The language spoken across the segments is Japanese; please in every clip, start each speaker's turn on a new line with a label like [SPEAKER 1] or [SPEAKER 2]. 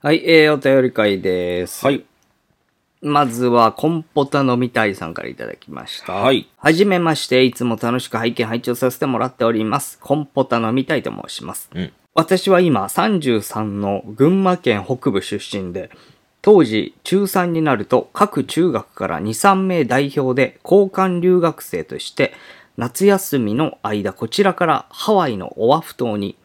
[SPEAKER 1] はい、えー、お便り会です。
[SPEAKER 2] はい。
[SPEAKER 1] まずは、コンポタ飲みたいさんからいただきました。
[SPEAKER 2] はい。
[SPEAKER 1] はじめまして、いつも楽しく拝見拝聴させてもらっております。コンポタ飲みたいと申します。
[SPEAKER 2] うん。
[SPEAKER 1] 私は今33の群馬県北部出身で、当時中3になると各中学から2、3名代表で交換留学生として、夏休みの間こちらからハワイのオアフ島に、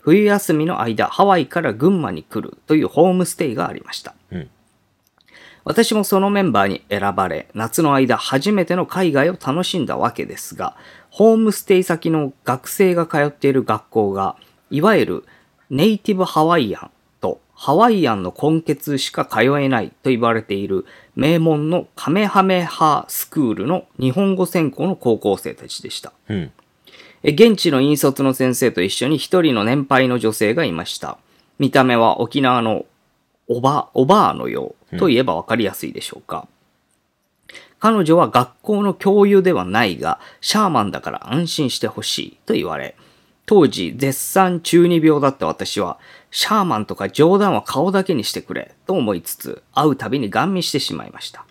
[SPEAKER 1] 冬休みの間ハワイから群馬に来るというホームステイがありました。
[SPEAKER 2] うん。
[SPEAKER 1] 私もそのメンバーに選ばれ、夏の間初めての海外を楽しんだわけですが、ホームステイ先の学生が通っている学校が、いわゆるネイティブハワイアンとハワイアンの根血しか通えないと言われている名門のカメハメハスクールの日本語専攻の高校生たちでした。
[SPEAKER 2] うん。
[SPEAKER 1] え現地の引率の先生と一緒に一人の年配の女性がいました。見た目は沖縄のおば、おばあのようと言えばわかりやすいでしょうか。彼女は学校の教諭ではないが、シャーマンだから安心してほしいと言われ、当時絶賛中二病だった私は、シャーマンとか冗談は顔だけにしてくれと思いつつ、会うたびにガン見してしまいました。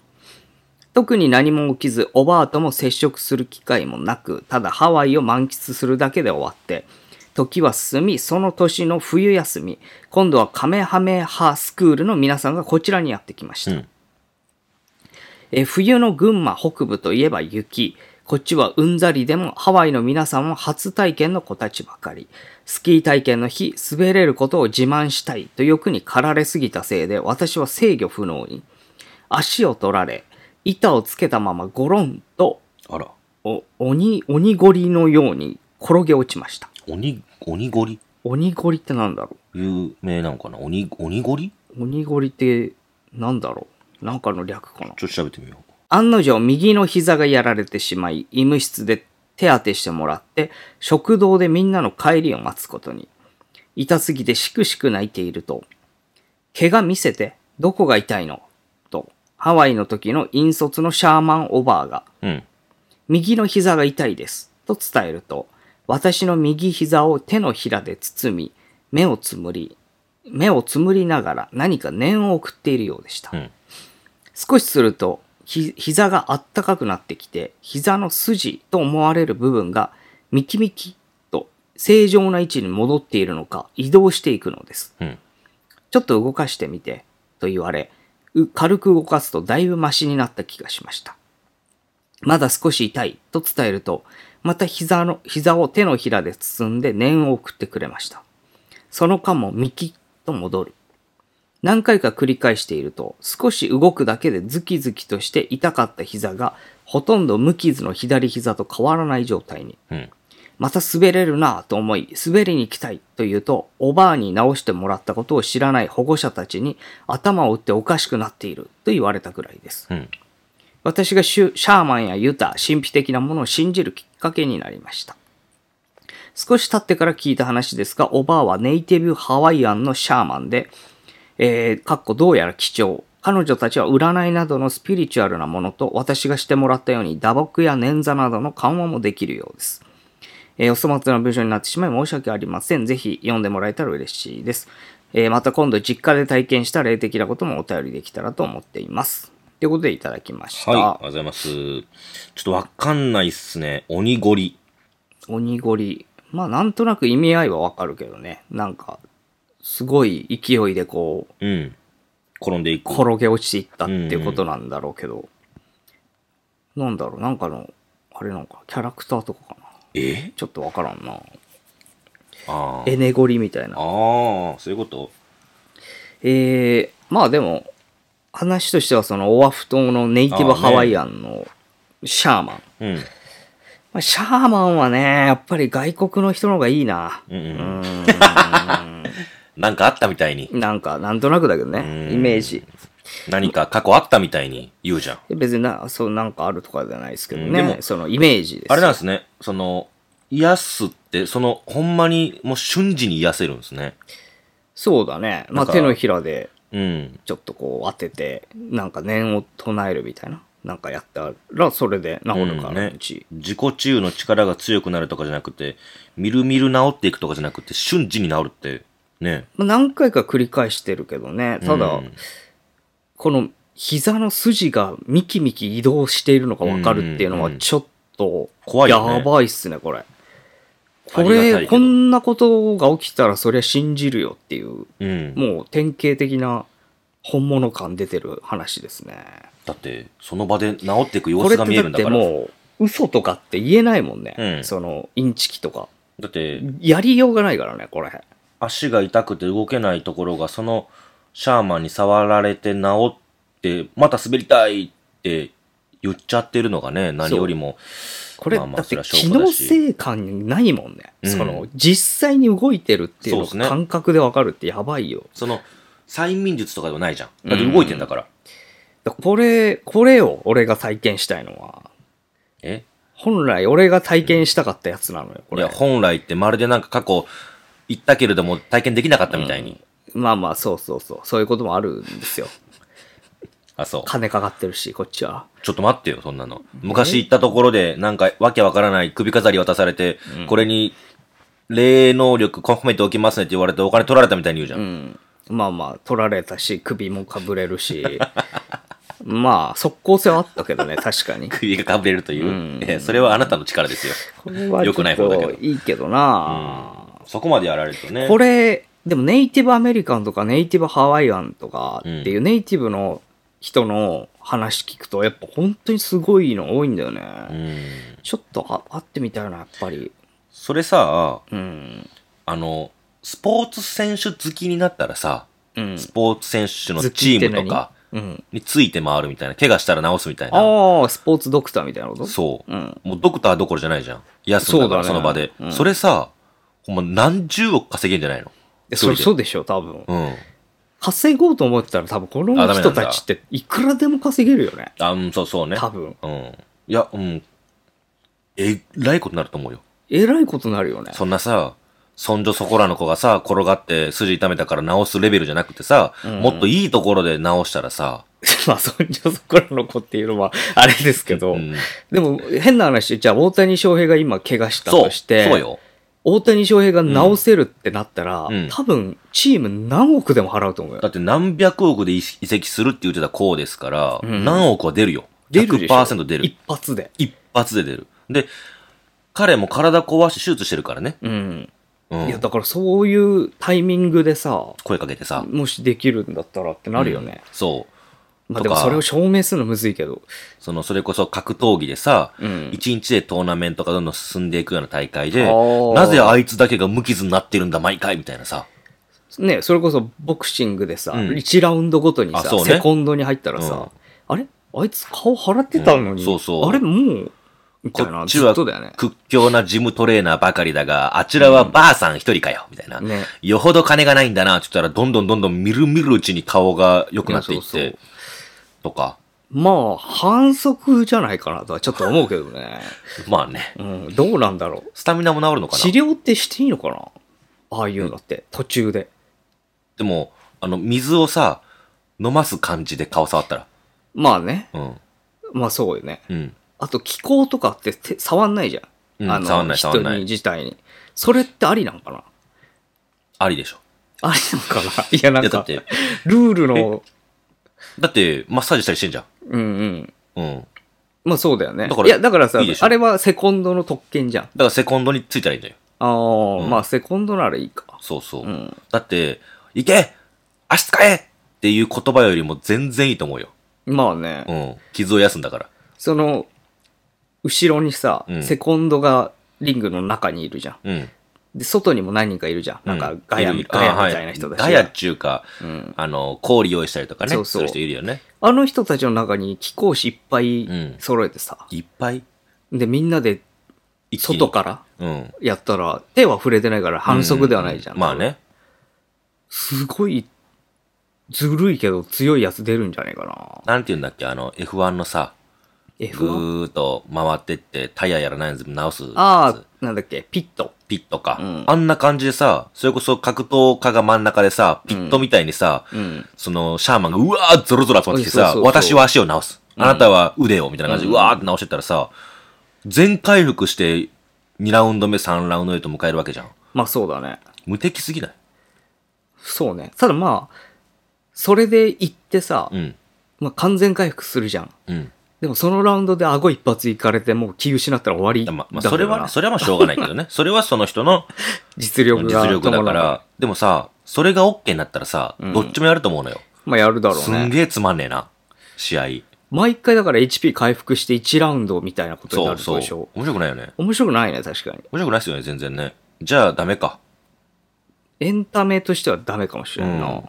[SPEAKER 1] 特に何も起きず、おばあとも接触する機会もなく、ただハワイを満喫するだけで終わって、時は進み、その年の冬休み、今度はカメハメハスクールの皆さんがこちらにやってきました。
[SPEAKER 2] うん
[SPEAKER 1] えー冬の群馬北部といえば雪。こっちはうんざりでもハワイの皆さんは初体験の子たちばかり。スキー体験の日、滑れることを自慢したいと欲に駆られすぎたせいで私は制御不能に。足を取られ、板をつけたままゴロンと
[SPEAKER 2] あら。
[SPEAKER 1] お鬼、鬼ゴリのように転げ落ちました。
[SPEAKER 2] 鬼、鬼ゴリ
[SPEAKER 1] 鬼ゴリってなんだろ
[SPEAKER 2] 有名なのかな鬼、鬼ゴリ
[SPEAKER 1] う鬼ゴリってなんだろうなんかの略かな
[SPEAKER 2] ちょっと調べてみよ
[SPEAKER 1] 案の定右の膝がやられてしまい、医務室で手当てしてもらって、食堂でみんなの帰りを待つことに。痛すぎてしくしく泣いていると、怪我見せて、どこが痛いのと、ハワイの時の引率のシャーマンオバーが、
[SPEAKER 2] う。うん。
[SPEAKER 1] 右の膝が痛いです。と伝えると、私の右膝を手のひらで包み、目をつむり、目をつむりながら何か念を送っているようでした。
[SPEAKER 2] うん
[SPEAKER 1] 少しすると、ひ、膝があったかくなってきて、膝の筋と思われる部分が、ミキミキと正常な位置に戻っているのか移動していくのです。
[SPEAKER 2] うん。
[SPEAKER 1] ちょっと動かしてみて、と言われ、う軽く動かすとだいぶマシになった気がしました。まだ少し痛い、と伝えると、また膝の、膝を手のひらで包んで念を送ってくれました。その間もミキッと戻る。何回か繰り返していると、少し動くだけでズキズキとして痛かった膝が、ほとんど無傷の左膝と変わらない状態に。
[SPEAKER 2] うん。
[SPEAKER 1] また滑れるなぁと思い、滑りに行きたいと言うと、おばあに直してもらったことを知らない保護者たちに頭を打っておかしくなっていると言われたくらいです。
[SPEAKER 2] うん。
[SPEAKER 1] 私がシュシャーマンやユタ、神秘的なものを信じるきっかけになりました。少し経ってから聞いた話ですが、おばあはネイティブハワイアンのシャーマンで、えー、かっこどうやら貴重。彼女たちは占いなどのスピリチュアルなものと、私がしてもらったように打撲や捻挫などの緩和もできるようです。えーお粗末な文章になってしまい申し訳ありません。ぜひ読んでもらえたら嬉しいです。えーまた今度実家で体験した霊的なこともお便りできたらと思っています。ということでいただきました。
[SPEAKER 2] はい。ありがとうございます。ちょっとわかんないっすね。鬼ゴリ。
[SPEAKER 1] 鬼ゴリ。まあなんとなく意味合いはわかるけどね。なんか、すごい勢いでこう、
[SPEAKER 2] うん。転んでいく。
[SPEAKER 1] 転げ落ちていったっていうことなんだろうけど。なんだろう、なんかの、あれなんか、キャラクターとかかな。
[SPEAKER 2] え
[SPEAKER 1] ちょっとわからんな。
[SPEAKER 2] ああ。
[SPEAKER 1] エネゴリみたいな。
[SPEAKER 2] ああ、そういうこと
[SPEAKER 1] えー、まあでも、話としてはそのオアフ島のネイティブハワイアンのシャーマン。
[SPEAKER 2] うん。
[SPEAKER 1] まあ、シャーマンはね、やっぱり外国の人の方がいいな。
[SPEAKER 2] うんう。
[SPEAKER 1] うんーん。
[SPEAKER 2] なんかあったみたいに。
[SPEAKER 1] なんか、なんとなくだけど
[SPEAKER 2] う
[SPEAKER 1] ね、
[SPEAKER 2] ん
[SPEAKER 1] イメージ。
[SPEAKER 2] 何か過去あったみたいに言うじゃん。
[SPEAKER 1] 別にな、そう、なんかあるとかじゃないですけどね。
[SPEAKER 2] うんでも
[SPEAKER 1] そのイメージです。
[SPEAKER 2] あれなんですね。その、癒すって、その、ほんまに、もう瞬時に癒せるんですね。
[SPEAKER 1] そうだね。ま
[SPEAKER 2] な
[SPEAKER 1] あ、
[SPEAKER 2] んか
[SPEAKER 1] 手のひらで、
[SPEAKER 2] うん。
[SPEAKER 1] ちょっとこう当てて、なんか念を唱えるみたいな。なんかやったら、それで治るから、
[SPEAKER 2] うん
[SPEAKER 1] ね、
[SPEAKER 2] ね自己治癒の力が強くなるとかじゃなくて、みるみる治っていくとかじゃなくて、瞬時に治るって、ね。
[SPEAKER 1] まあ何回か繰り返してるけどね。ただ、
[SPEAKER 2] うん
[SPEAKER 1] この膝の筋がミキミキ移動しているのがわかるっていうの
[SPEAKER 2] う
[SPEAKER 1] は
[SPEAKER 2] んうん
[SPEAKER 1] ちょっと、
[SPEAKER 2] 怖いよね
[SPEAKER 1] やばいっすね、これ。こ
[SPEAKER 2] ありがたいけ
[SPEAKER 1] れ、
[SPEAKER 2] ど
[SPEAKER 1] こんなことが起きたらそりゃ信じるよっていう、
[SPEAKER 2] うん。
[SPEAKER 1] もう典型的な本物感出てる話ですね。
[SPEAKER 2] だって、その場で治っていく様
[SPEAKER 1] こ
[SPEAKER 2] 子
[SPEAKER 1] れ
[SPEAKER 2] が
[SPEAKER 1] っ
[SPEAKER 2] 見
[SPEAKER 1] てだ
[SPEAKER 2] える
[SPEAKER 1] っ
[SPEAKER 2] んだ
[SPEAKER 1] て
[SPEAKER 2] から。
[SPEAKER 1] もう、嘘とかって言えないもんね。
[SPEAKER 2] うん
[SPEAKER 1] その、インチキとか。
[SPEAKER 2] だって、
[SPEAKER 1] やりようがないからね、これ。
[SPEAKER 2] 足が痛くて動けないところが、そのシャーマンに触られて治って、また滑りたいって言っちゃってるのがね、何よりも。
[SPEAKER 1] これ、
[SPEAKER 2] まあまあ
[SPEAKER 1] だっ
[SPEAKER 2] そ
[SPEAKER 1] て
[SPEAKER 2] れは証
[SPEAKER 1] 機
[SPEAKER 2] 拠だ
[SPEAKER 1] 能
[SPEAKER 2] し
[SPEAKER 1] 性感ないもんね。
[SPEAKER 2] うん
[SPEAKER 1] その、実際に動いてるっていうの
[SPEAKER 2] そうですね
[SPEAKER 1] が感覚でわかるってやばいよ。
[SPEAKER 2] その、催眠術とかではないじゃん。だって動いてんだから。
[SPEAKER 1] だこれ、これを俺が体験したいのは、
[SPEAKER 2] え
[SPEAKER 1] 本来俺が体験したかったやつなのよ、こ
[SPEAKER 2] い
[SPEAKER 1] れ。
[SPEAKER 2] や、本来ってまるでなんか過去行ったけれども体験できなかったみたいに。
[SPEAKER 1] まあまあ、そうそうそう。そういうこともあるんです よ。
[SPEAKER 2] あ、そう。
[SPEAKER 1] 金かかってるし、こっちは。
[SPEAKER 2] ちょっと待ってよ、そんなの。昔行ったところで、なんか、わけわからない首飾り渡されて、これに、霊能力込めておきますねって言われて、お金取られたみたいに言うじゃん。
[SPEAKER 1] うん。まあまあ、取られたし、首もかぶれるし。 まあ、即効性はあったけど ね、確かに。
[SPEAKER 2] 首がかぶれるという、
[SPEAKER 1] うん
[SPEAKER 2] ええそれはあなたの力ですよ。
[SPEAKER 1] これはちょ
[SPEAKER 2] 良くない方だけ
[SPEAKER 1] っ
[SPEAKER 2] ど
[SPEAKER 1] といいけど
[SPEAKER 2] う
[SPEAKER 1] な、
[SPEAKER 2] ん。そこまでやられるとね。
[SPEAKER 1] これ、でもネイティブアメリカンとかネイティブハワイアンとかっていうネイティブの人の話聞くと、やっぱ本当にすごいの多いんだよね。
[SPEAKER 2] うん。
[SPEAKER 1] ちょっとあ会ってみたいな、やっぱり。
[SPEAKER 2] それさ、
[SPEAKER 1] うん。
[SPEAKER 2] あの、スポーツ選手好きになったらさ、
[SPEAKER 1] うん。
[SPEAKER 2] スポーツ選手のチームとか
[SPEAKER 1] うん。
[SPEAKER 2] について回るみたいな、怪我したら治すみたいな。
[SPEAKER 1] ああ、スポーツドクターみたいなこと
[SPEAKER 2] そう
[SPEAKER 1] う。ん。
[SPEAKER 2] もうドクターどころじゃないじゃん。休んだから、
[SPEAKER 1] そ
[SPEAKER 2] そう
[SPEAKER 1] だね
[SPEAKER 2] の場で。
[SPEAKER 1] うん
[SPEAKER 2] それさ、ほんま何十億稼げんじゃないの
[SPEAKER 1] えそ
[SPEAKER 2] 一人
[SPEAKER 1] れ
[SPEAKER 2] で
[SPEAKER 1] そうでしょ、多分。
[SPEAKER 2] うん。
[SPEAKER 1] 稼ごうと思ってたら多分こ
[SPEAKER 2] あダ
[SPEAKER 1] の
[SPEAKER 2] メなんだ
[SPEAKER 1] 人たちっていくらでも稼げるよね。
[SPEAKER 2] あ、うん、そう、そうね。
[SPEAKER 1] 多分。
[SPEAKER 2] うん。いや、うん。えらいことになると思うよ。
[SPEAKER 1] えらいことになるよね。
[SPEAKER 2] そんなさ、そんじょそこらの子がさ、転がって筋痛めたから治すレベルじゃなくてさ、
[SPEAKER 1] うん
[SPEAKER 2] もっといいところで治したらさ、
[SPEAKER 1] まあ、そんじょそこらの子っていうのは、あれですけど、
[SPEAKER 2] うん
[SPEAKER 1] でも、変な話、じゃあ、大谷翔平が今、怪我した
[SPEAKER 2] そ
[SPEAKER 1] と
[SPEAKER 2] う、
[SPEAKER 1] し
[SPEAKER 2] そ
[SPEAKER 1] て、
[SPEAKER 2] うよ。
[SPEAKER 1] 大谷翔平が治せるってなったら、
[SPEAKER 2] うん
[SPEAKER 1] 多分、チーム何億でも払うと思う
[SPEAKER 2] だ
[SPEAKER 1] よ。
[SPEAKER 2] って何百億で移移籍するって言ってた子ですから、
[SPEAKER 1] うん
[SPEAKER 2] 何億は出るよ。
[SPEAKER 1] 出るでしょ
[SPEAKER 2] 100%出る
[SPEAKER 1] 一。発で。
[SPEAKER 2] 一発で出る。で、彼も体壊して手術してるからね。
[SPEAKER 1] うん。
[SPEAKER 2] うん
[SPEAKER 1] いや、だから、そういうタイミングでさ、
[SPEAKER 2] 声かけてさ。
[SPEAKER 1] もしできるんだったらってなるよね
[SPEAKER 2] う。んそう。
[SPEAKER 1] まあ、でも、
[SPEAKER 2] とか
[SPEAKER 1] それを証明するのむずいけど。
[SPEAKER 2] その、それこそ格闘技でさ、
[SPEAKER 1] うん。
[SPEAKER 2] 一日でトーナメントがどんどん進んでいくような大会で
[SPEAKER 1] あ、ー
[SPEAKER 2] なぜあいつだけが無傷になってるんだ、毎回みたいなさ。
[SPEAKER 1] ね、それこそ、ボクシングでさ、
[SPEAKER 2] うん
[SPEAKER 1] 1ラウンドごとに
[SPEAKER 2] あ
[SPEAKER 1] さ、
[SPEAKER 2] そうね
[SPEAKER 1] セコンドに入ったらさ、あれあいつ顔払ってたのに、
[SPEAKER 2] うんそうそう
[SPEAKER 1] あれもう、みた
[SPEAKER 2] こ
[SPEAKER 1] いな、
[SPEAKER 2] っち
[SPEAKER 1] ずっ
[SPEAKER 2] は
[SPEAKER 1] とだよね。
[SPEAKER 2] 屈強なジムトレーナーばかりだが、あちらはばあさん一人かよ、みたいな。
[SPEAKER 1] ね
[SPEAKER 2] よほど金がないんだな、って言ったら、どんどんどんどん見る見るうちに顔が良くなっていっ
[SPEAKER 1] いやそう
[SPEAKER 2] て、とか。
[SPEAKER 1] まあ、反則じゃないかなとはちょっと思うけどね。
[SPEAKER 2] まあね、
[SPEAKER 1] うん、どうなんだろう。
[SPEAKER 2] スタミナも治るのか
[SPEAKER 1] 治
[SPEAKER 2] な。
[SPEAKER 1] 療ってしていいのかなああいうのって、途中で。
[SPEAKER 2] でも、あの、水をさ、飲ます感じで顔触ったら。
[SPEAKER 1] まあね。
[SPEAKER 2] うん。
[SPEAKER 1] まあそうよね。
[SPEAKER 2] うん。
[SPEAKER 1] あと、気候とかって手触んないじゃん。
[SPEAKER 2] うん
[SPEAKER 1] あの
[SPEAKER 2] 触んない触んない
[SPEAKER 1] 人に自体に。それってありなんかな
[SPEAKER 2] ありでしょ。
[SPEAKER 1] ありなんかないや、ないん
[SPEAKER 2] や、だっ
[SPEAKER 1] か、
[SPEAKER 2] て、
[SPEAKER 1] ルールの、
[SPEAKER 2] だって、マッサージしたりしてんじゃん。
[SPEAKER 1] うんうん。
[SPEAKER 2] うん。
[SPEAKER 1] まあそうだよね
[SPEAKER 2] だか。ら
[SPEAKER 1] いや、だからさ
[SPEAKER 2] いいでしょ
[SPEAKER 1] あれはセコンドの特権じゃん。
[SPEAKER 2] だからセコンドについたらいいんだよ。
[SPEAKER 1] ああ、
[SPEAKER 2] うん
[SPEAKER 1] まあセコンドならいいか。
[SPEAKER 2] そうそう。
[SPEAKER 1] うん。
[SPEAKER 2] だって、行け足使えっていう言葉よりも全然いいと思うよ。
[SPEAKER 1] まあね。
[SPEAKER 2] うん。傷を癒すんだから。
[SPEAKER 1] その、後ろにさ、
[SPEAKER 2] うん
[SPEAKER 1] セコンドがリングの中にいるじゃん。
[SPEAKER 2] うん。
[SPEAKER 1] で、外にも何人かいるじゃん。なんか、ガヤ、
[SPEAKER 2] いる
[SPEAKER 1] ガヤみ
[SPEAKER 2] あは
[SPEAKER 1] たいな人たちが。
[SPEAKER 2] ガヤっちゅうか、
[SPEAKER 1] うん。
[SPEAKER 2] あの、氷用意したりとかね。
[SPEAKER 1] そうそう
[SPEAKER 2] する人いるよね。
[SPEAKER 1] あの人たちの中に貴公子いっぱい
[SPEAKER 2] うん
[SPEAKER 1] 揃えてさ、
[SPEAKER 2] いっぱい
[SPEAKER 1] で、みんなで
[SPEAKER 2] 一気に
[SPEAKER 1] 外から
[SPEAKER 2] うん。
[SPEAKER 1] やったら、手は触れてないから反則ではないじゃん。
[SPEAKER 2] うまあ。ね。
[SPEAKER 1] すごい、ずるいけど強いやつ出るんじゃねえか
[SPEAKER 2] なんて言うんだっけ、あの、F1 のさ、
[SPEAKER 1] な。
[SPEAKER 2] ぐ
[SPEAKER 1] F1?
[SPEAKER 2] ーっと回ってって、タイヤやらないの全部直すやつ。
[SPEAKER 1] ああ、なんだっけ、ピット。
[SPEAKER 2] ピットか、
[SPEAKER 1] うん
[SPEAKER 2] あんな感じでさ、それこそ格闘家が真ん中でさ、ピットみたいにさ、
[SPEAKER 1] うん。
[SPEAKER 2] その、シャーマンが、うわーゾロゾロ集まってきてさ、
[SPEAKER 1] そうそうそう
[SPEAKER 2] 私は足を直す。あなたは腕を、みたいな感じで、うわーって直してったらさ、全回復して、2ラウンド目、3ラウンド目と迎えるわけじゃん。
[SPEAKER 1] まあそうだね。
[SPEAKER 2] 無敵すぎない
[SPEAKER 1] そうね。ただまあ、それで行ってさ、
[SPEAKER 2] うん。
[SPEAKER 1] まあ完全回復するじゃん。
[SPEAKER 2] うん。
[SPEAKER 1] でもそのラウンドで顎一発いかれてもう気失ったら終わりだ
[SPEAKER 2] ま
[SPEAKER 1] か
[SPEAKER 2] あ、ま
[SPEAKER 1] ら
[SPEAKER 2] あ、それは、それはまあしょうがない けどね。それはその人の
[SPEAKER 1] 実力が
[SPEAKER 2] 実力だか
[SPEAKER 1] 伴う
[SPEAKER 2] ら。でもさ、それが OK になったらさ、
[SPEAKER 1] うん
[SPEAKER 2] どっちもやると思うのよ。
[SPEAKER 1] まあやるだろう
[SPEAKER 2] すん
[SPEAKER 1] ね。
[SPEAKER 2] げえつまんねえな、試合。
[SPEAKER 1] 毎回だから HP 回復して1ラウンドみたいなことに
[SPEAKER 2] そ
[SPEAKER 1] な
[SPEAKER 2] う
[SPEAKER 1] るってこ
[SPEAKER 2] そ
[SPEAKER 1] と
[SPEAKER 2] う。
[SPEAKER 1] でしょ
[SPEAKER 2] 面。白くないよね。
[SPEAKER 1] 面白くないね、確かに。
[SPEAKER 2] 面白くないっすよね、全然ね。じゃあダメか。
[SPEAKER 1] エンタメとしてはダメかもしれないな。
[SPEAKER 2] うん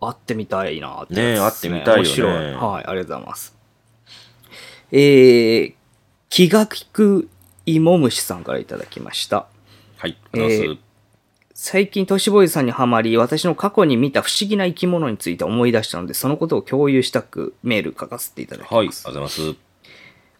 [SPEAKER 1] 会ってみたいなって
[SPEAKER 2] ねえ
[SPEAKER 1] やつです
[SPEAKER 2] 会ってみたいよね
[SPEAKER 1] 面白い。はい、ありがとうございます。えー、気が利くイモムシさんからいただきました。
[SPEAKER 2] はい。
[SPEAKER 1] えー最近、トシボーイズさんにはまり、私の過去に見た不思議な生き物について思い出したので、そのことを共有したくメール書かせていただき
[SPEAKER 2] はい、あり
[SPEAKER 1] ま
[SPEAKER 2] がと
[SPEAKER 1] す。
[SPEAKER 2] うございます。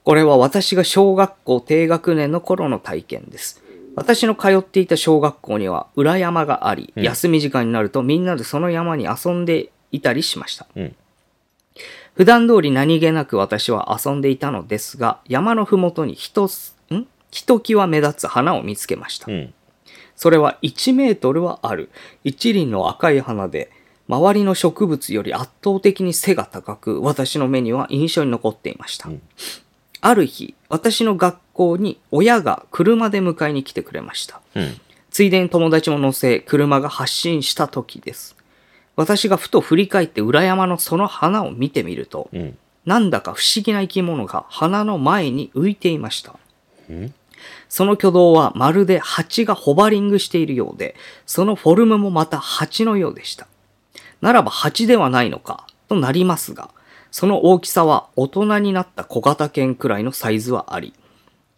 [SPEAKER 1] これは私が小学校低学年の頃の体験です。私の通っていた小学校には裏山があり、
[SPEAKER 2] うん
[SPEAKER 1] 休み時間になるとみんなでその山に遊んでいたりしました。
[SPEAKER 2] うん。
[SPEAKER 1] 普段通り何気なく私は遊んでいたのですが、山のふもとにひとす、んひときわ目立つ花を見つけました
[SPEAKER 2] う。ん。
[SPEAKER 1] それは1メートルはある一輪の赤い花で周りの植物より圧倒的に背が高く私の目には印象に残っていました、
[SPEAKER 2] うん
[SPEAKER 1] ある日私の学校に親が車で迎えに来てくれました
[SPEAKER 2] うん。
[SPEAKER 1] ついでに友達も乗せ車が発進した時です私がふと振り返って裏山のその花を見てみると
[SPEAKER 2] うん。
[SPEAKER 1] なんだか不思議な生き物が花の前に浮いていました
[SPEAKER 2] うん。
[SPEAKER 1] その挙動はまるで蜂がホバリングしているようで、そのフォルムもまた蜂のようでした。ならば蜂ではないのか、となりますが、その大きさは大人になった小型犬くらいのサイズはあり、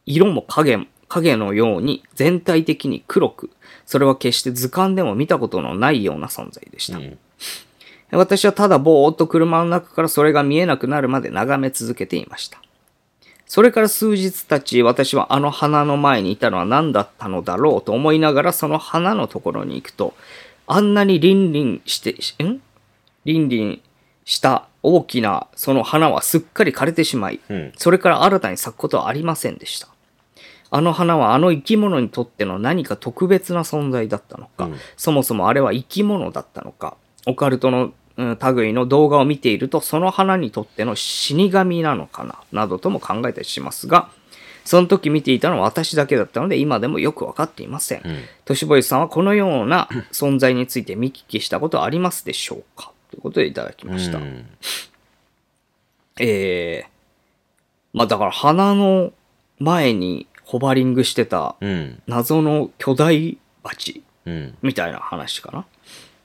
[SPEAKER 1] 色も影、影のように全体的に黒く、それは決して図鑑でも見たことのないような存在でした。
[SPEAKER 2] うん
[SPEAKER 1] 私はただぼーっと車の中からそれが見えなくなるまで眺め続けていました。それから数日たち、私はあの花の前にいたのは何だったのだろうと思いながらその花のところに行くと、あんなにリンリンして、んリンリンした大きなその花はすっかり枯れてしまい、
[SPEAKER 2] うん。
[SPEAKER 1] それから新たに咲くことはありませんでした。あの花はあの生き物にとっての何か特別な存在だったのか、
[SPEAKER 2] うん
[SPEAKER 1] そもそもあれは生き物だったのか、オカルトの、うん、類の動画を見ているとその花にとっての死神なのかな、などとも考えたりしますが、その時見ていたのは私だけだったので今でもよくわかっていません。
[SPEAKER 2] うん。
[SPEAKER 1] トシボイさんはこのような存在について見聞きしたことはありますでしょうかということでいただきました。
[SPEAKER 2] うん
[SPEAKER 1] ええまあだから鼻の前にホバリングしてた
[SPEAKER 2] うん。
[SPEAKER 1] 謎の巨大蜂
[SPEAKER 2] うん。
[SPEAKER 1] みたいな話かな。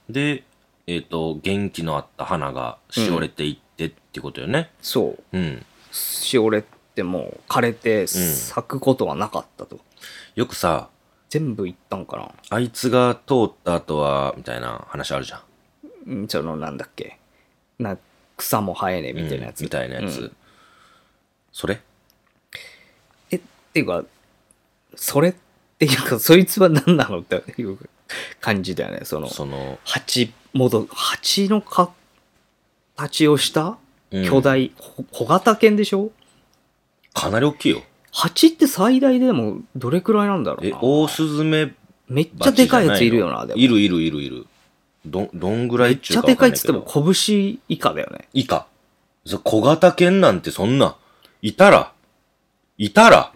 [SPEAKER 2] で、えっ、と、元気のあった花がしおれていってってことよね。
[SPEAKER 1] そう。
[SPEAKER 2] うん。
[SPEAKER 1] しおれってもう枯れて咲くことはなかったと。
[SPEAKER 2] よくさ、
[SPEAKER 1] 全部いったんかな。
[SPEAKER 2] あいつが通った後は、みたいな話あるじゃん。
[SPEAKER 1] うんそのなんだっけ。な草も生えねえみたいなやつ。
[SPEAKER 2] うんみたいなやつ。
[SPEAKER 1] うん
[SPEAKER 2] それ
[SPEAKER 1] え、っていうか、それっていうか、そいつは何なのっていう感じだよね。その、
[SPEAKER 2] その、
[SPEAKER 1] 蜂もど蜂のか形をした
[SPEAKER 2] うん
[SPEAKER 1] 巨大、こ小型犬でしょ
[SPEAKER 2] かなり大きいよ。
[SPEAKER 1] 蜂って最大でもどれくらいなんだろう
[SPEAKER 2] え、
[SPEAKER 1] な
[SPEAKER 2] オオスズメ
[SPEAKER 1] めっちゃ
[SPEAKER 2] バチ
[SPEAKER 1] で
[SPEAKER 2] じゃ
[SPEAKER 1] か
[SPEAKER 2] ないいの
[SPEAKER 1] やついるよなでも
[SPEAKER 2] いるいるいるいる。ど、どんぐらい
[SPEAKER 1] め
[SPEAKER 2] っ
[SPEAKER 1] っ
[SPEAKER 2] ちゅ
[SPEAKER 1] ち
[SPEAKER 2] う
[SPEAKER 1] ゃ
[SPEAKER 2] かわ
[SPEAKER 1] で
[SPEAKER 2] か
[SPEAKER 1] か
[SPEAKER 2] ん
[SPEAKER 1] いっ
[SPEAKER 2] ない
[SPEAKER 1] つっ
[SPEAKER 2] け
[SPEAKER 1] て
[SPEAKER 2] ど
[SPEAKER 1] も拳以下だよ ね
[SPEAKER 2] 以下。そ小型犬なんてそんな、いたら、いたら、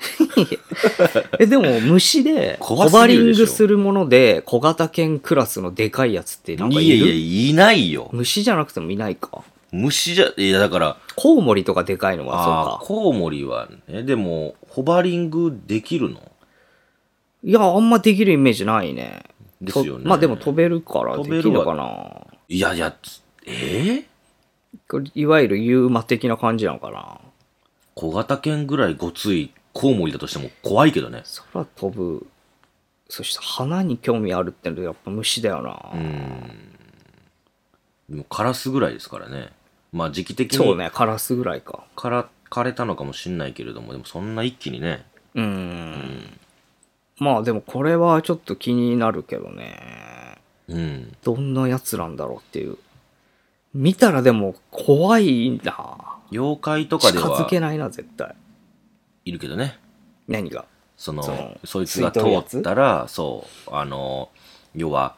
[SPEAKER 1] えでも虫 でホ
[SPEAKER 2] 怖す
[SPEAKER 1] バ
[SPEAKER 2] ぎ
[SPEAKER 1] リ
[SPEAKER 2] る
[SPEAKER 1] ン
[SPEAKER 2] でしょ
[SPEAKER 1] グするもので小型犬クラスのでかいやつってなん
[SPEAKER 2] い
[SPEAKER 1] か
[SPEAKER 2] や
[SPEAKER 1] いる
[SPEAKER 2] いや、いないよ。
[SPEAKER 1] 虫じゃなくてもいないか
[SPEAKER 2] 虫じゃ、いや、だから、
[SPEAKER 1] コウモリとかでかいのは
[SPEAKER 2] あ
[SPEAKER 1] そう
[SPEAKER 2] あ
[SPEAKER 1] か
[SPEAKER 2] ー、コウモリはね、でも、ホバリングできるの
[SPEAKER 1] いやあんまできるイメージないね
[SPEAKER 2] ですよね。
[SPEAKER 1] とまあでも飛べるからで
[SPEAKER 2] 飛
[SPEAKER 1] き
[SPEAKER 2] べる
[SPEAKER 1] るの
[SPEAKER 2] わ
[SPEAKER 1] かない
[SPEAKER 2] やいや、つえー、
[SPEAKER 1] これいわゆるユーマ的な感じなのかな
[SPEAKER 2] 小型犬ぐらいごついコウモリだとしても怖いけどね。
[SPEAKER 1] 空飛ぶそして花に興味あるってのはやっぱ虫だよな、
[SPEAKER 2] うん。でも、カラスぐらいですからね。まあ、時期的
[SPEAKER 1] そう
[SPEAKER 2] に
[SPEAKER 1] ねカラスぐらいか
[SPEAKER 2] から枯れたのかもしんないけれども、でもそんな一気にね。
[SPEAKER 1] うんまあでもこれはちょっと気になるけどね
[SPEAKER 2] うん。
[SPEAKER 1] どんなやつなんだろうっていう見たらでも怖いな
[SPEAKER 2] 妖怪とか
[SPEAKER 1] 近
[SPEAKER 2] では
[SPEAKER 1] づけないな絶対
[SPEAKER 2] いるけどね。
[SPEAKER 1] 何が
[SPEAKER 2] その、
[SPEAKER 1] その
[SPEAKER 2] そいつが
[SPEAKER 1] 吸い取るやつ
[SPEAKER 2] 通ったら、そう、あの、要は、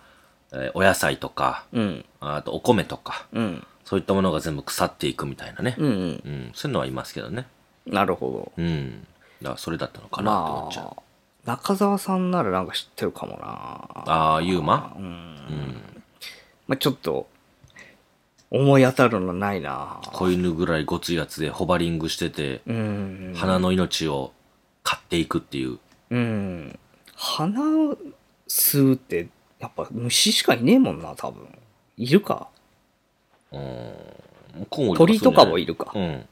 [SPEAKER 2] えーお野菜とか、
[SPEAKER 1] うん、
[SPEAKER 2] あとお米とか、
[SPEAKER 1] うん、
[SPEAKER 2] そういったものが全部腐っていくみたいなね。
[SPEAKER 1] うん、うん。
[SPEAKER 2] うん、そういうのはいますけどね。
[SPEAKER 1] なるほ
[SPEAKER 2] うん。だからそれだったのか
[SPEAKER 1] ど。
[SPEAKER 2] なって思
[SPEAKER 1] ま
[SPEAKER 2] っちゃう。
[SPEAKER 1] あ、中澤さんならなんか知ってるかもな。
[SPEAKER 2] ああー、ユーマ
[SPEAKER 1] うん。
[SPEAKER 2] うん。
[SPEAKER 1] まあ、ちょっと、思い当たるのないな。
[SPEAKER 2] 子犬ぐらいごついやつでホバリングしてて、
[SPEAKER 1] うん。
[SPEAKER 2] 花の命を買っていくっていう。
[SPEAKER 1] うん。花吸うって、やっぱ虫しかいねえもんな、多分。いるか。
[SPEAKER 2] うん。コウモリ
[SPEAKER 1] 鳥とかもい
[SPEAKER 2] る。
[SPEAKER 1] るか
[SPEAKER 2] う。ん。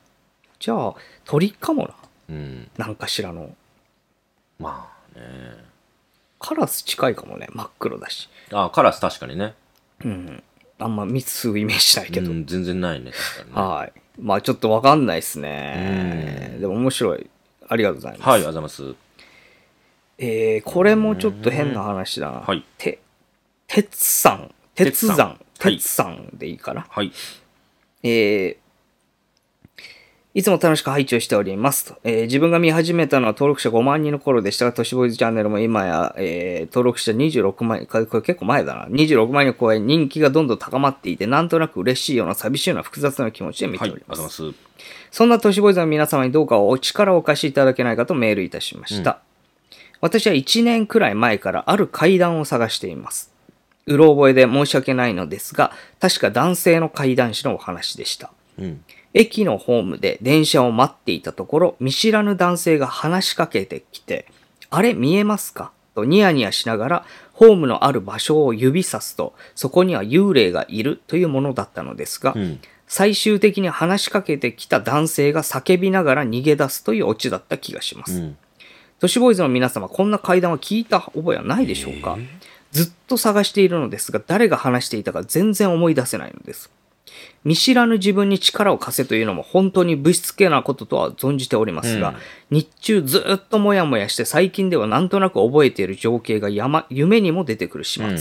[SPEAKER 1] じゃあ、鳥かもな。
[SPEAKER 2] うん。
[SPEAKER 1] なんかしらの。
[SPEAKER 2] まあね。
[SPEAKER 1] カラス近いかもね。真っ黒だし。
[SPEAKER 2] ああ、カラス確かにね。
[SPEAKER 1] うん。あんま密吸うイメージないけ
[SPEAKER 2] う
[SPEAKER 1] ど。
[SPEAKER 2] ん、全然ないね、確かにね。
[SPEAKER 1] はい。まあちょっとわかんないっすね
[SPEAKER 2] う。ん
[SPEAKER 1] でも面白い。ありがとうございます。
[SPEAKER 2] はい、ありがとうございます。
[SPEAKER 1] えー、これもちょっと変な話だな。
[SPEAKER 2] はい。
[SPEAKER 1] て、鉄山。鉄山。
[SPEAKER 2] はい
[SPEAKER 1] 鉄山でいいかな。
[SPEAKER 2] はい。
[SPEAKER 1] えーいつも楽しく拝聴しておりますと、えー自分が見始めたのは登録者5万人の頃でしたが、都市ボーイズチャンネルも今や、えー登録者26万人、かこれ結構前だな、26万人を超え人気がどんどん高まっていて、なんとなく嬉しいような寂しいような複雑な気持ちで見
[SPEAKER 2] は
[SPEAKER 1] て
[SPEAKER 2] い、ありが
[SPEAKER 1] おり
[SPEAKER 2] とうご
[SPEAKER 1] ます。
[SPEAKER 2] ざいます。
[SPEAKER 1] そんな都市ボーイズの皆様にどうかお力をお貸しいただけないかとメールいたしました。私は1年くらい前からある階段を探しています。うろ覚えで申し訳ないのですが、確か男性の階段師のお話でした。
[SPEAKER 2] うん。
[SPEAKER 1] 駅のホームで電車を待っていたところ、見知らぬ男性が話しかけてきて、あれ見えますかとニヤニヤしながら、ホームのある場所を指さすと、そこには幽霊がいるというものだったのですが、
[SPEAKER 2] うん。
[SPEAKER 1] 最終的に話しかけてきた男性が叫びながら逃げ出すというオチだった気がしま
[SPEAKER 2] う
[SPEAKER 1] す。
[SPEAKER 2] ん。
[SPEAKER 1] 都市ボーイズの皆様、こんな会談は聞いた覚えはないでしょうか、ずっと探しているのですが、誰が話していたか全然思い出せないのです。見知らぬ自分に力を貸せというのも本当にぶしつけなこととは存じておりますが、
[SPEAKER 2] うん
[SPEAKER 1] 日中ずっともやもやして最近ではなんとなく覚えている情景が山夢にも出てくる始末、
[SPEAKER 2] うん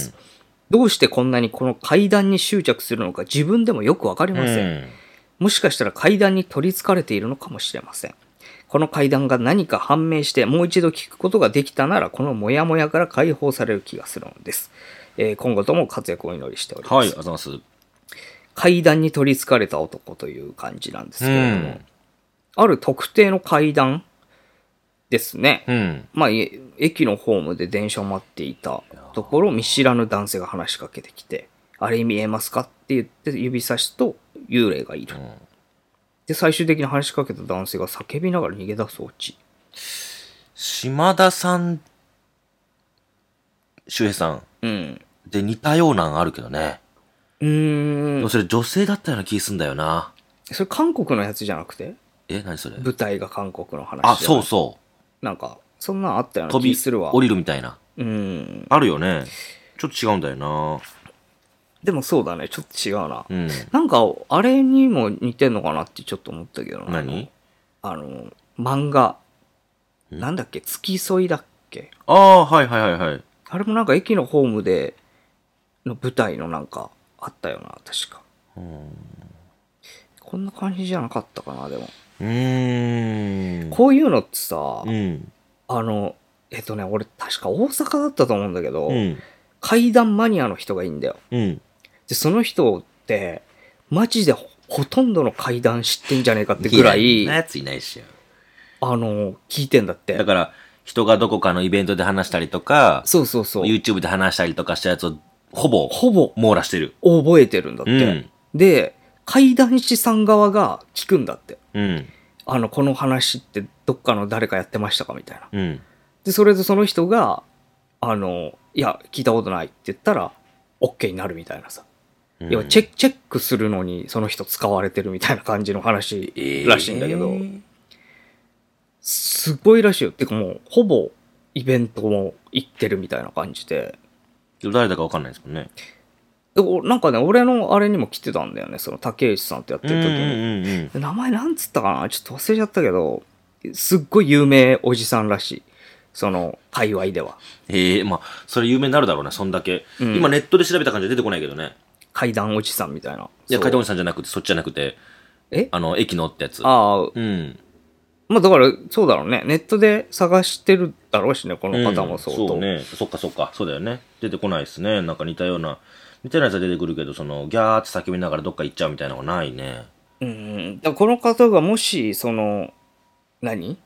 [SPEAKER 1] どうしてこんなにこの階段に執着するのか自分でもよくわかりません。
[SPEAKER 2] うん
[SPEAKER 1] もしかしたら階段に取り憑かれているのかもしれません。この階段が何か判明してもう一度聞くことができたなら、このモヤモヤから解放される気がするのです。えー今後とも活躍をお祈りしておりま
[SPEAKER 2] はい、あり
[SPEAKER 1] す。
[SPEAKER 2] がとうございます。
[SPEAKER 1] 階段に取り憑かれた男という感じなんです
[SPEAKER 2] う
[SPEAKER 1] けれども、
[SPEAKER 2] ん。
[SPEAKER 1] ある特定の階段ですね。
[SPEAKER 2] うん。
[SPEAKER 1] まあ、え駅のホームで電車を待っていたところ、見知らぬ男性が話しかけてきて、あれ見えますかって言って指さすと幽霊がいる。で、最終的に話しかけた男性が叫びながら逃げ出すオチ。
[SPEAKER 2] 島田さん、周平さん。
[SPEAKER 1] うん。
[SPEAKER 2] で、似たようなんあるけどね。
[SPEAKER 1] うー
[SPEAKER 2] でも
[SPEAKER 1] ん。
[SPEAKER 2] それ女性だったような気すんだよな。
[SPEAKER 1] それ韓国のやつじゃなくて
[SPEAKER 2] え、何それ
[SPEAKER 1] 舞台が韓国の話。。
[SPEAKER 2] あ、そうそう
[SPEAKER 1] なんか、そんなんあったよう
[SPEAKER 2] う。
[SPEAKER 1] な
[SPEAKER 2] 飛
[SPEAKER 1] 気
[SPEAKER 2] び
[SPEAKER 1] するわ。
[SPEAKER 2] 降りるみたいな。
[SPEAKER 1] うん。
[SPEAKER 2] あるよね。ちょっと違うんだよな。
[SPEAKER 1] でもそうだね。ちょっと違うな。
[SPEAKER 2] うん。
[SPEAKER 1] なんか、あれにも似てんのかなってちょっと思ったけどな。
[SPEAKER 2] 何
[SPEAKER 1] あの、漫画。
[SPEAKER 2] ん
[SPEAKER 1] なんだっけ付き添いだっけ
[SPEAKER 2] ああ、はいはいはいはい。
[SPEAKER 1] あれもなんか駅のホームでの舞台のなんかあったよな、確か。
[SPEAKER 2] うん
[SPEAKER 1] こんな感じじゃなかったかな、でも。
[SPEAKER 2] うーん。
[SPEAKER 1] こういうのってさ、
[SPEAKER 2] うん。
[SPEAKER 1] あの、えっとね、俺確か大阪だったと思うんだけど、
[SPEAKER 2] うん。
[SPEAKER 1] 階段マニアの人がいいんだよ。
[SPEAKER 2] うん。
[SPEAKER 1] で、その人って、マジでほほとんどの階段知ってんじゃねえかってぐらい、
[SPEAKER 2] なやついないっしょ。
[SPEAKER 1] あの、聞いてんだって
[SPEAKER 2] だ。から、人がどこかのイベントで話したりとか、
[SPEAKER 1] そうそうそう。
[SPEAKER 2] YouTube で話したりとかしたやつを、ほぼ、
[SPEAKER 1] ほぼ
[SPEAKER 2] 網羅してる。
[SPEAKER 1] 覚えてるんだって。
[SPEAKER 2] うん
[SPEAKER 1] で、階段師さん側が聞くんだって。
[SPEAKER 2] うん。
[SPEAKER 1] あの、この話ってどっかの誰かやってましたかみたいな。
[SPEAKER 2] うん。
[SPEAKER 1] で、それでその人が、あの、いや、聞いたことないって言ったら、OK になるみたいなさ。要はチ
[SPEAKER 2] ェッ
[SPEAKER 1] ェチェックするのにその人使われてるみたいな感じの話らしいんだけど、すごいらしいよ。てかもう、ほぼイベントも行ってるみたいな感じで、
[SPEAKER 2] 誰だかわかんないですもんね。
[SPEAKER 1] でおなんかね、俺のあれにも来てたんだよね、その竹内さんってやってる時に。
[SPEAKER 2] うんうん
[SPEAKER 1] で名前なんつったかなちょっと忘れちゃったけど、すっごい有名おじさんらしい。その、界隈では。
[SPEAKER 2] ええまあ、それ有名になるだろうね、そんだけ。
[SPEAKER 1] うん
[SPEAKER 2] 今ネットで調べた感じで出てこないけどね。
[SPEAKER 1] 階段おじさんみたいな。
[SPEAKER 2] いや、
[SPEAKER 1] そう
[SPEAKER 2] 海藤さんじゃなくて、そっちじゃなくて、
[SPEAKER 1] え
[SPEAKER 2] あの、駅のってやつ。
[SPEAKER 1] ああ、
[SPEAKER 2] うん。
[SPEAKER 1] まあだから、そうだろうね。ネットで探してるだろうしね、この方も相当。
[SPEAKER 2] んそうね。そっかそっか。そうだよね。出てこないですね。なんか似たような。似たようなやつは出てくるけど、その、ギャーって叫びながらどっか行っちゃうみたいなのがないね。
[SPEAKER 1] うん、だからこの方がもしその何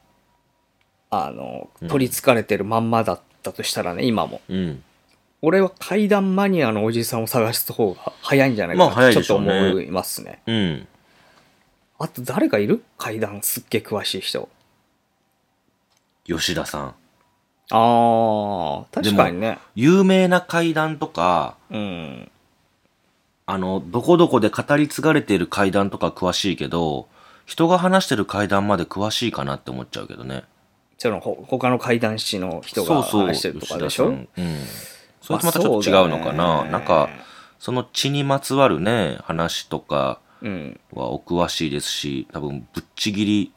[SPEAKER 1] あの
[SPEAKER 2] うん
[SPEAKER 1] 取りつかれてるまんまだったとしたらね、今も
[SPEAKER 2] うん。
[SPEAKER 1] 俺は階段マニアのおじさんを探す方が早いんじゃないか
[SPEAKER 2] まあ早
[SPEAKER 1] ないちょ
[SPEAKER 2] で
[SPEAKER 1] っ
[SPEAKER 2] しょ
[SPEAKER 1] と
[SPEAKER 2] うね
[SPEAKER 1] 思いますね
[SPEAKER 2] うん。
[SPEAKER 1] あと誰がいる階段すっげえ詳しい人
[SPEAKER 2] 吉田さん。
[SPEAKER 1] あー確かにね
[SPEAKER 2] 有名な階段とか、
[SPEAKER 1] うん
[SPEAKER 2] あの、どこどこで語り継がれている階段とか詳しいけど、人が話してる階段まで詳しいかなって思っちゃうけどね。
[SPEAKER 1] そのほ他の階段師の人が話してるとかでしょ
[SPEAKER 2] そうそう吉田さんうん。それとまたちょっと違うの
[SPEAKER 1] まあそ
[SPEAKER 2] かな。
[SPEAKER 1] うだね
[SPEAKER 2] なんか、その血にまつわるね、話とか
[SPEAKER 1] うん
[SPEAKER 2] はお詳しいですし、多分ぶっちぎり、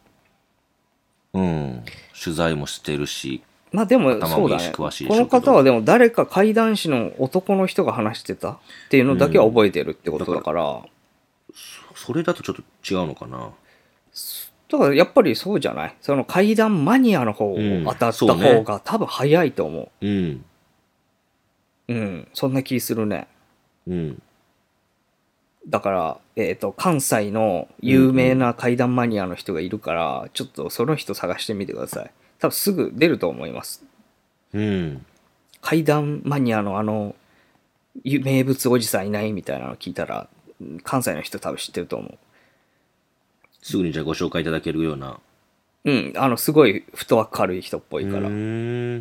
[SPEAKER 2] うん、取材もしてるし、
[SPEAKER 1] まあでも、
[SPEAKER 2] 頭
[SPEAKER 1] そ
[SPEAKER 2] も
[SPEAKER 1] う
[SPEAKER 2] い
[SPEAKER 1] だ
[SPEAKER 2] いし
[SPEAKER 1] ね。こ
[SPEAKER 2] 詳しいでしょ
[SPEAKER 1] の
[SPEAKER 2] うけ
[SPEAKER 1] 方
[SPEAKER 2] ど
[SPEAKER 1] はでも誰か怪談師の男の人が話してたっていうのだけは覚えてるってことだから、
[SPEAKER 2] それだとちょっと違うのかな。
[SPEAKER 1] だからやっぱりそうじゃないその怪談マニアの方を当た
[SPEAKER 2] うん
[SPEAKER 1] った
[SPEAKER 2] そうね
[SPEAKER 1] 方が多分早いと思
[SPEAKER 2] うん、
[SPEAKER 1] う。うん、そんな気するね。
[SPEAKER 2] うん、
[SPEAKER 1] だから、えっ、と、関西の有名な怪談マニアの人がいるから、ちょっとその人探してみてください。多分すぐ出ると思います。
[SPEAKER 2] うん。
[SPEAKER 1] 怪談マニアのあの、ゆ名物おじさんいないみたいなの聞いたら、うん関西の人多分知ってると思う。
[SPEAKER 2] すぐにじゃあご紹介いただけるような。
[SPEAKER 1] うん、あの、すごい、フットワーク軽い人っぽ
[SPEAKER 2] う
[SPEAKER 1] いから、
[SPEAKER 2] ーん。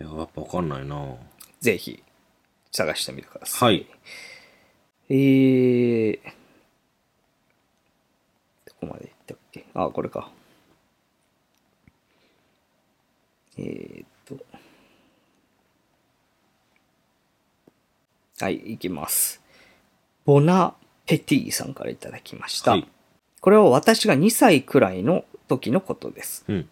[SPEAKER 2] いや、やっぱわかんないな。
[SPEAKER 1] ぜひ、探してみてください。
[SPEAKER 2] はい。
[SPEAKER 1] えー、どこまで行ったっけあ、これか。えー、っと。はい、行きます。ボナペティさんからいただきました。
[SPEAKER 2] はい。
[SPEAKER 1] これは私が2歳くらいの時のことです。
[SPEAKER 2] うん。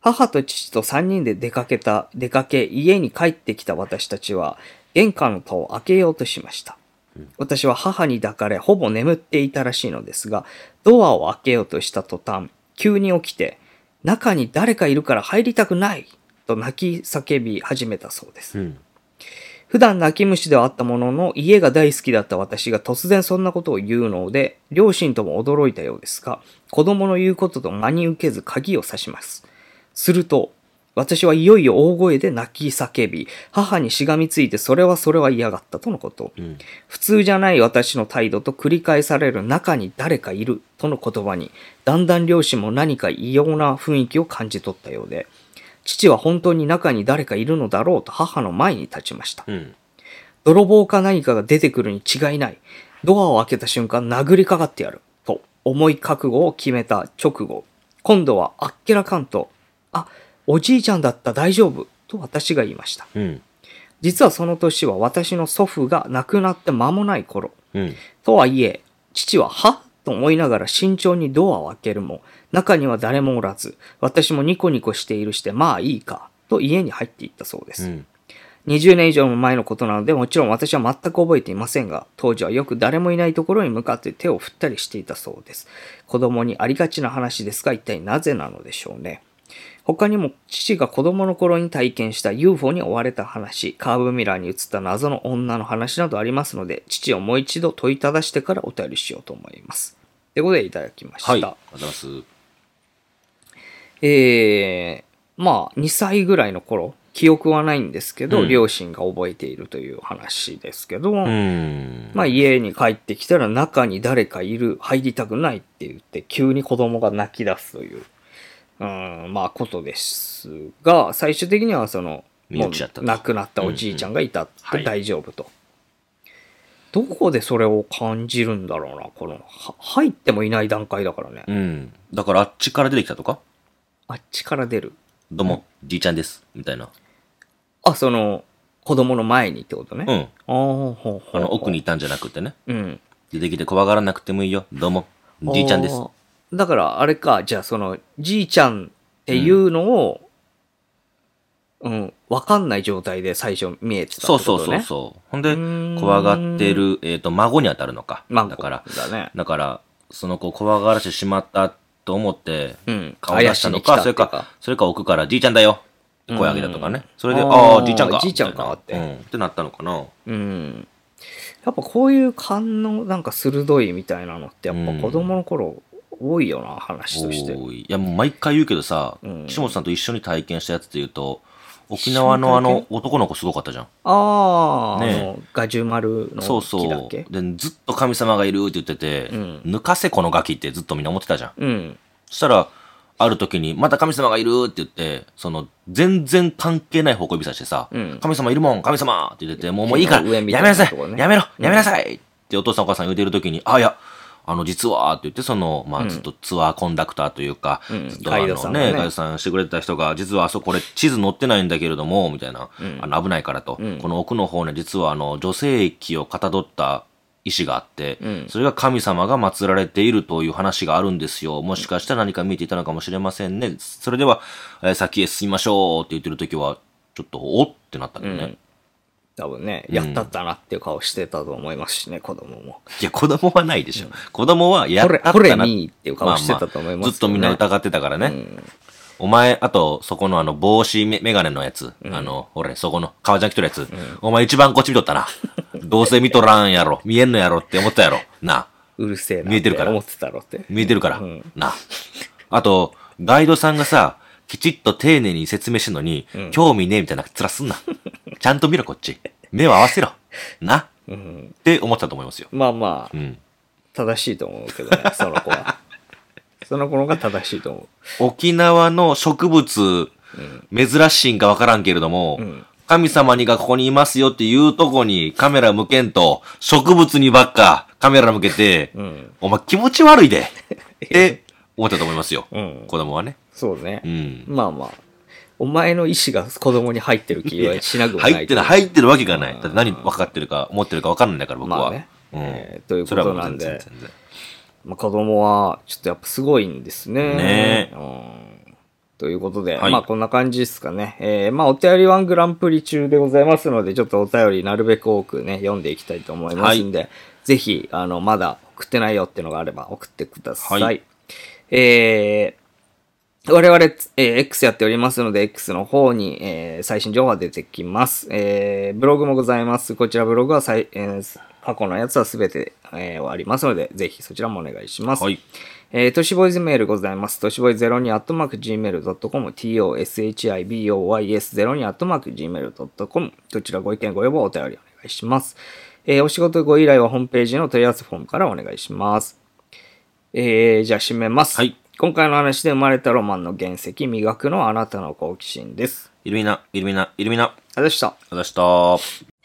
[SPEAKER 1] 母と父と3人で出かけた、出かけ、家に帰ってきた私たちは、玄関の戸を開けようとしました
[SPEAKER 2] うん。
[SPEAKER 1] 私は母に抱かれ、ほぼ眠っていたらしいのですが、ドアを開けようとした途端、急に起きて、中に誰かいるから入りたくないと泣き叫び始めたそうです。
[SPEAKER 2] うん。
[SPEAKER 1] 普段泣き虫ではあったものの、家が大好きだった私が突然そんなことを言うので、両親とも驚いたようですが、子供の言うことと真に受けず鍵を差します。すると、私はいよいよ大声で泣き叫び、母にしがみついてそれはそれは嫌がったとのこと。
[SPEAKER 2] うん。
[SPEAKER 1] 普通じゃない私の態度と繰り返される中に誰かいるとの言葉に、だんだん両親も何か異様な雰囲気を感じ取ったようで、父は本当に中に誰かいるのだろうと母の前に立ちました。
[SPEAKER 2] うん。
[SPEAKER 1] 泥棒か何かが出てくるに違いない。ドアを開けた瞬間殴りかかってやる。と重い覚悟を決めた直後。今度はあっけらかんと、あ、おじいちゃんだった大丈夫。と私が言いました。
[SPEAKER 2] うん。
[SPEAKER 1] 実はその年は私の祖父が亡くなって間もない頃。
[SPEAKER 2] うん。
[SPEAKER 1] とはいえ、父は、はと思いながら慎重にドアを開けるも、中には誰もおらず、私もニコニコしているして、まあいいか、と家に入っていったそうです。
[SPEAKER 2] うん。
[SPEAKER 1] 20年以上も前のことなので、もちろん私は全く覚えていませんが、当時はよく誰もいないところに向かって手を振ったりしていたそうです。子供にありがちな話ですが、一体なぜなのでしょうね。他にも、父が子供の頃に体験した UFO に追われた話、カーブミラーに映った謎の女の話などありますので、父をもう一度問いただしてからお便りしようと思います。ということでいただきました。
[SPEAKER 2] はい。ありがとうございます。
[SPEAKER 1] えー、まあ、2歳ぐらいの頃、記憶はないんですけど、
[SPEAKER 2] うん
[SPEAKER 1] 両親が覚えているという話ですけど、
[SPEAKER 2] うん。
[SPEAKER 1] まあ、家に帰ってきたら中に誰かいる、入りたくないって言って、急に子供が泣き出すという、うん、まあ、ことですが、最終的にはその、
[SPEAKER 2] 身内だったと
[SPEAKER 1] もう亡くなったおじいちゃんがいたって
[SPEAKER 2] うんうんはい
[SPEAKER 1] 大丈夫と。どこでそれを感じるんだろうな、この、は入ってもいない段階だからね。
[SPEAKER 2] うん。だからあっちから出てきたとか
[SPEAKER 1] あっちから出る。
[SPEAKER 2] どうも、じいちゃんです。みたいな。
[SPEAKER 1] あ、その、子供の前にってことね。
[SPEAKER 2] う
[SPEAKER 1] あ
[SPEAKER 2] ん。
[SPEAKER 1] あ、ほうほうほう
[SPEAKER 2] あの、奥に。いたんじゃなくてね。
[SPEAKER 1] うん。
[SPEAKER 2] 出てきて怖がらなくてもいいよ。どうも、じいちゃんです
[SPEAKER 1] あ。ー。だから、あれか、じゃあ、その、じいちゃんっていうのを、うん、わ、かんない状態で最初見えてたって
[SPEAKER 2] そ
[SPEAKER 1] こ
[SPEAKER 2] うそ
[SPEAKER 1] と、
[SPEAKER 2] う
[SPEAKER 1] ね。
[SPEAKER 2] そうそう。ほん
[SPEAKER 1] う
[SPEAKER 2] で
[SPEAKER 1] ーん、
[SPEAKER 2] 怖がってる、えっ、と、孫に当たるのか。
[SPEAKER 1] まあ、
[SPEAKER 2] だから、
[SPEAKER 1] だね。
[SPEAKER 2] だから、その子を怖がらせてしまったと思って
[SPEAKER 1] うん、
[SPEAKER 2] 顔出したの
[SPEAKER 1] 怪しに
[SPEAKER 2] か、それ
[SPEAKER 1] 来たっていう
[SPEAKER 2] か、それか奥から、じいちゃんだよ声上げたとかね。それで、
[SPEAKER 1] あー
[SPEAKER 2] ああ、じいちゃんか。
[SPEAKER 1] じいちゃんか
[SPEAKER 2] みたいなうんってなったのかな。
[SPEAKER 1] うん。やっぱこういう感のなんか鋭いみたいなのってやっぱ子供の頃多いよな、話として。
[SPEAKER 2] おーいや、もう毎回言うけどさ、
[SPEAKER 1] うん
[SPEAKER 2] 岸本さんと一緒に体験したやつって言うと、沖縄のあ
[SPEAKER 1] 一緒に
[SPEAKER 2] の
[SPEAKER 1] 体
[SPEAKER 2] 男の子すごかったじゃん。
[SPEAKER 1] ああ、
[SPEAKER 2] ねえ
[SPEAKER 1] あの、ガジュマルの
[SPEAKER 2] そうそ
[SPEAKER 1] 木だっ
[SPEAKER 2] う。
[SPEAKER 1] け
[SPEAKER 2] で、ずっと神様がいるって言ってて、
[SPEAKER 1] うん
[SPEAKER 2] 抜かせこのガキってずっとみんな思ってたじゃん。
[SPEAKER 1] うん。
[SPEAKER 2] そしたら、ある時に、また神様がいるって言って、その、全然関係ない方向指さしてさ、
[SPEAKER 1] うん
[SPEAKER 2] 神様いるもん、神様って言ってて、もうもういいから、
[SPEAKER 1] 木の上
[SPEAKER 2] や
[SPEAKER 1] み
[SPEAKER 2] め
[SPEAKER 1] たいな
[SPEAKER 2] なさい、
[SPEAKER 1] とこね
[SPEAKER 2] やめろやめなさい、ってお父さんお母さん言うてる時に、あ、いや、あの、実は、って言って、その、ま
[SPEAKER 1] う
[SPEAKER 2] あ、
[SPEAKER 1] ん
[SPEAKER 2] ずっとツアーコンダクターというか、
[SPEAKER 1] うん
[SPEAKER 2] ずっとあの
[SPEAKER 1] ガイドさんがね
[SPEAKER 2] ガイドさんしてくれてた人が、実はあそここれ地図載ってないんだけれども、みたいな、
[SPEAKER 1] うん
[SPEAKER 2] あの、危ないからと、
[SPEAKER 1] うん
[SPEAKER 2] この奥の方ね、実はあの、女性器をかたどった石があって、
[SPEAKER 1] うん
[SPEAKER 2] それが神様が祀られているという話があるんですよ。もしかしたら何か見えていたのかもしれませんね。それでは、えー先へ進みましょうって言ってる時は、ちょっと、おってなったけどね。
[SPEAKER 1] うん多分ね、やったったなっていう顔してたと思いますしね、子供も。
[SPEAKER 2] いや、子供はないでしょ。子供は、や
[SPEAKER 1] こ
[SPEAKER 2] った
[SPEAKER 1] れ、
[SPEAKER 2] ったな。
[SPEAKER 1] これにーっていう顔してたと思いますけどね
[SPEAKER 2] ずっとみんな疑ってたからね。お前、あと、そこのあの、帽子メメガネのやつ。あの、俺、そこの、革ジャン着とるやつ。お前一番こっち見とっ たな。どうせ見とらんやろ。見えんのやろって思ったやろ。なあ。
[SPEAKER 1] うるせえな。
[SPEAKER 2] 見えてるから
[SPEAKER 1] 思ってたろって。
[SPEAKER 2] 見えてるから。
[SPEAKER 1] うん
[SPEAKER 2] なあ。あと、ガイドさんがさ、きちっと丁寧に説明してんのに、興味ねえみたいな面すんな。ちゃんと見ろ、こっち。目を合わせろ。な。
[SPEAKER 1] うん。
[SPEAKER 2] って思ったと思いますよ。
[SPEAKER 1] まあま
[SPEAKER 2] う
[SPEAKER 1] あ、
[SPEAKER 2] ん。
[SPEAKER 1] 正しいと思うけ どね、その子は。その子の方が正しいと思う。
[SPEAKER 2] 沖縄の植物、珍しいんかわからんけれども、
[SPEAKER 1] うん
[SPEAKER 2] 神様にがここにいますよっていうとこにカメラ向けんと、植物にばっかカメラ向けて、
[SPEAKER 1] うん。
[SPEAKER 2] お前気持ち悪い で。って思ったと思いますよ。
[SPEAKER 1] うん。
[SPEAKER 2] 子供はね。
[SPEAKER 1] そうね
[SPEAKER 2] う。ん。
[SPEAKER 1] まあまあ。お前の意思が子供に入ってる気はしなくもない。
[SPEAKER 2] 入ってない、入ってるわけがない。だって何分かってるか、思ってるか分かんないから、僕は。
[SPEAKER 1] まあね
[SPEAKER 2] うん
[SPEAKER 1] えーということ
[SPEAKER 2] それはも
[SPEAKER 1] なんで
[SPEAKER 2] 全然全然
[SPEAKER 1] まあ、子供は、ちょっとやっぱすごいんですね。
[SPEAKER 2] ね
[SPEAKER 1] うん。ということで、
[SPEAKER 2] はい
[SPEAKER 1] まあこんな感じですかね。えー、まあお便りワングランプリ中でございますので、ちょっとお便りなるべく多くね、読んでいきたいと思いますんで、ぜひ、あの、まだ送ってないよっていうのがあれば送ってください。
[SPEAKER 2] はい
[SPEAKER 1] えー、我々、えー X やっておりますので、X の方に、えー最新情報が出てきます。えーブログもございます。こちらブログは最、えー過去のやつはすべて、えーありますので、ぜひそちらもお願いします。
[SPEAKER 2] はい。
[SPEAKER 1] えー、トシボーイズメールございます。トシボーイ02アットマーク Gmail.com、toshiboys02 アットマーク Gmail.com、どちらご意見ご要望お便りお願いします。えーお仕事ご依頼はホームページの問い合わせフォームからお願いします。えーじゃあ締めます。
[SPEAKER 2] はい
[SPEAKER 1] 今回の話で生まれたロマンの原石、磨くのはあなたの好奇心です。
[SPEAKER 2] イルミナ、イルミナ、イルミナ。
[SPEAKER 1] ありがとうございました。
[SPEAKER 2] ありがとうございました。